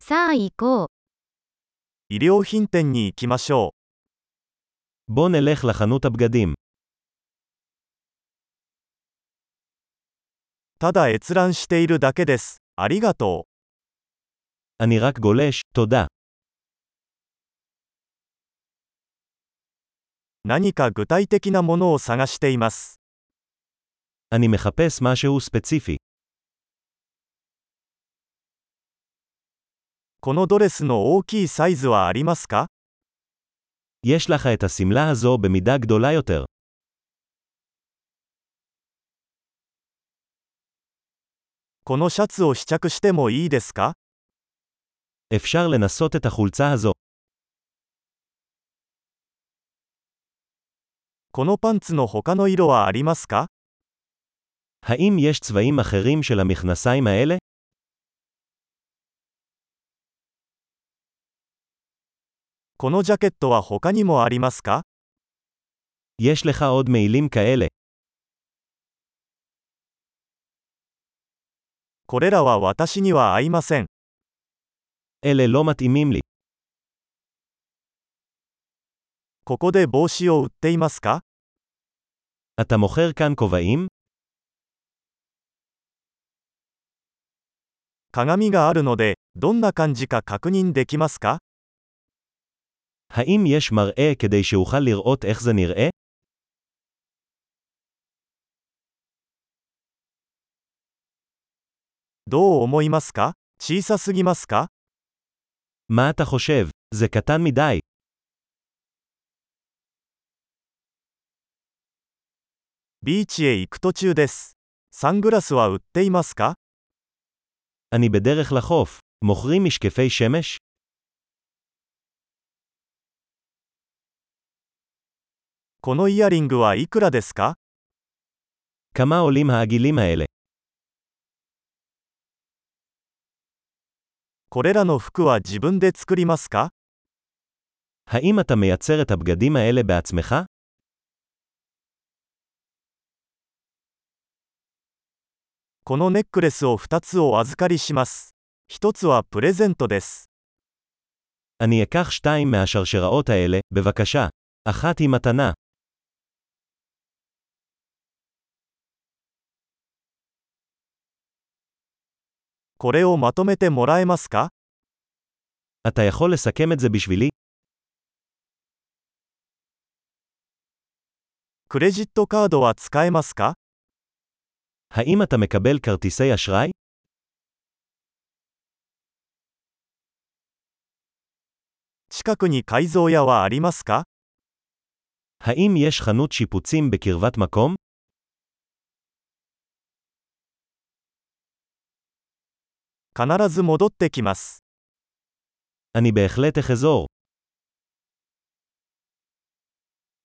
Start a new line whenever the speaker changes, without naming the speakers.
さあ行こう。
衣料品店に行きましょ
בוא נלך לחנות הבגדים.
う。ただ閲覧しているだけです。ありがとう。
אני רק גולש, תודה.
何か具体的なものを探しています。
אני מחפש משהו ספציפי.
このドレスの大きいサイズはありますか
יש לך את השמלה הזו במידה גדולה יותר.
このシャツを試着してもいいですか
אפשר לנסות את החולצה הזו.
このパンツの他の色はありますか
האם יש צבעים אחרים של המכנסיים האלה?
このジャケットは他にもありますか
יש לך עוד מעילים כאלה.
これらは私には合いません。
אלה לא מתאימים לי.
ここで帽子を売っていますか
אתה מוכר כאן כובעים?
鏡があるので、どんな感じか確認できますか
האם יש מראה כדי שאוכל לראות איך זה נראה?
どう思いますか小さすぎますか
מה אתה חושב? זה קטן מדי.
ビーチへ行く途中です。サングラスは売っていますか
אני בדרך לחוף. מוכרים משקפי שמש?
このイヤリングはいくらですか
כמה עולים העגילים האלה?
これらの服は自分で作りますか
האם אתה מייצר את הבגדים האלה בעצמך?
このネックレスを2つお預かりします。1つはプレゼントです。
אני אקח שתיים מהשרשראות האלה, בבקשה. אחת היא מתנה.
これをまとめてもらえますか
אתה יכול לסכם את זה בשבילי?
クレジットカードは使えますか
האם אתה מקבל כרטיסי אשראי?
近くに改造屋はありますか
האם יש חנות שיפוצים בקרבת מקום?
必ず戻ってきます。
אני בהחלט אחזור.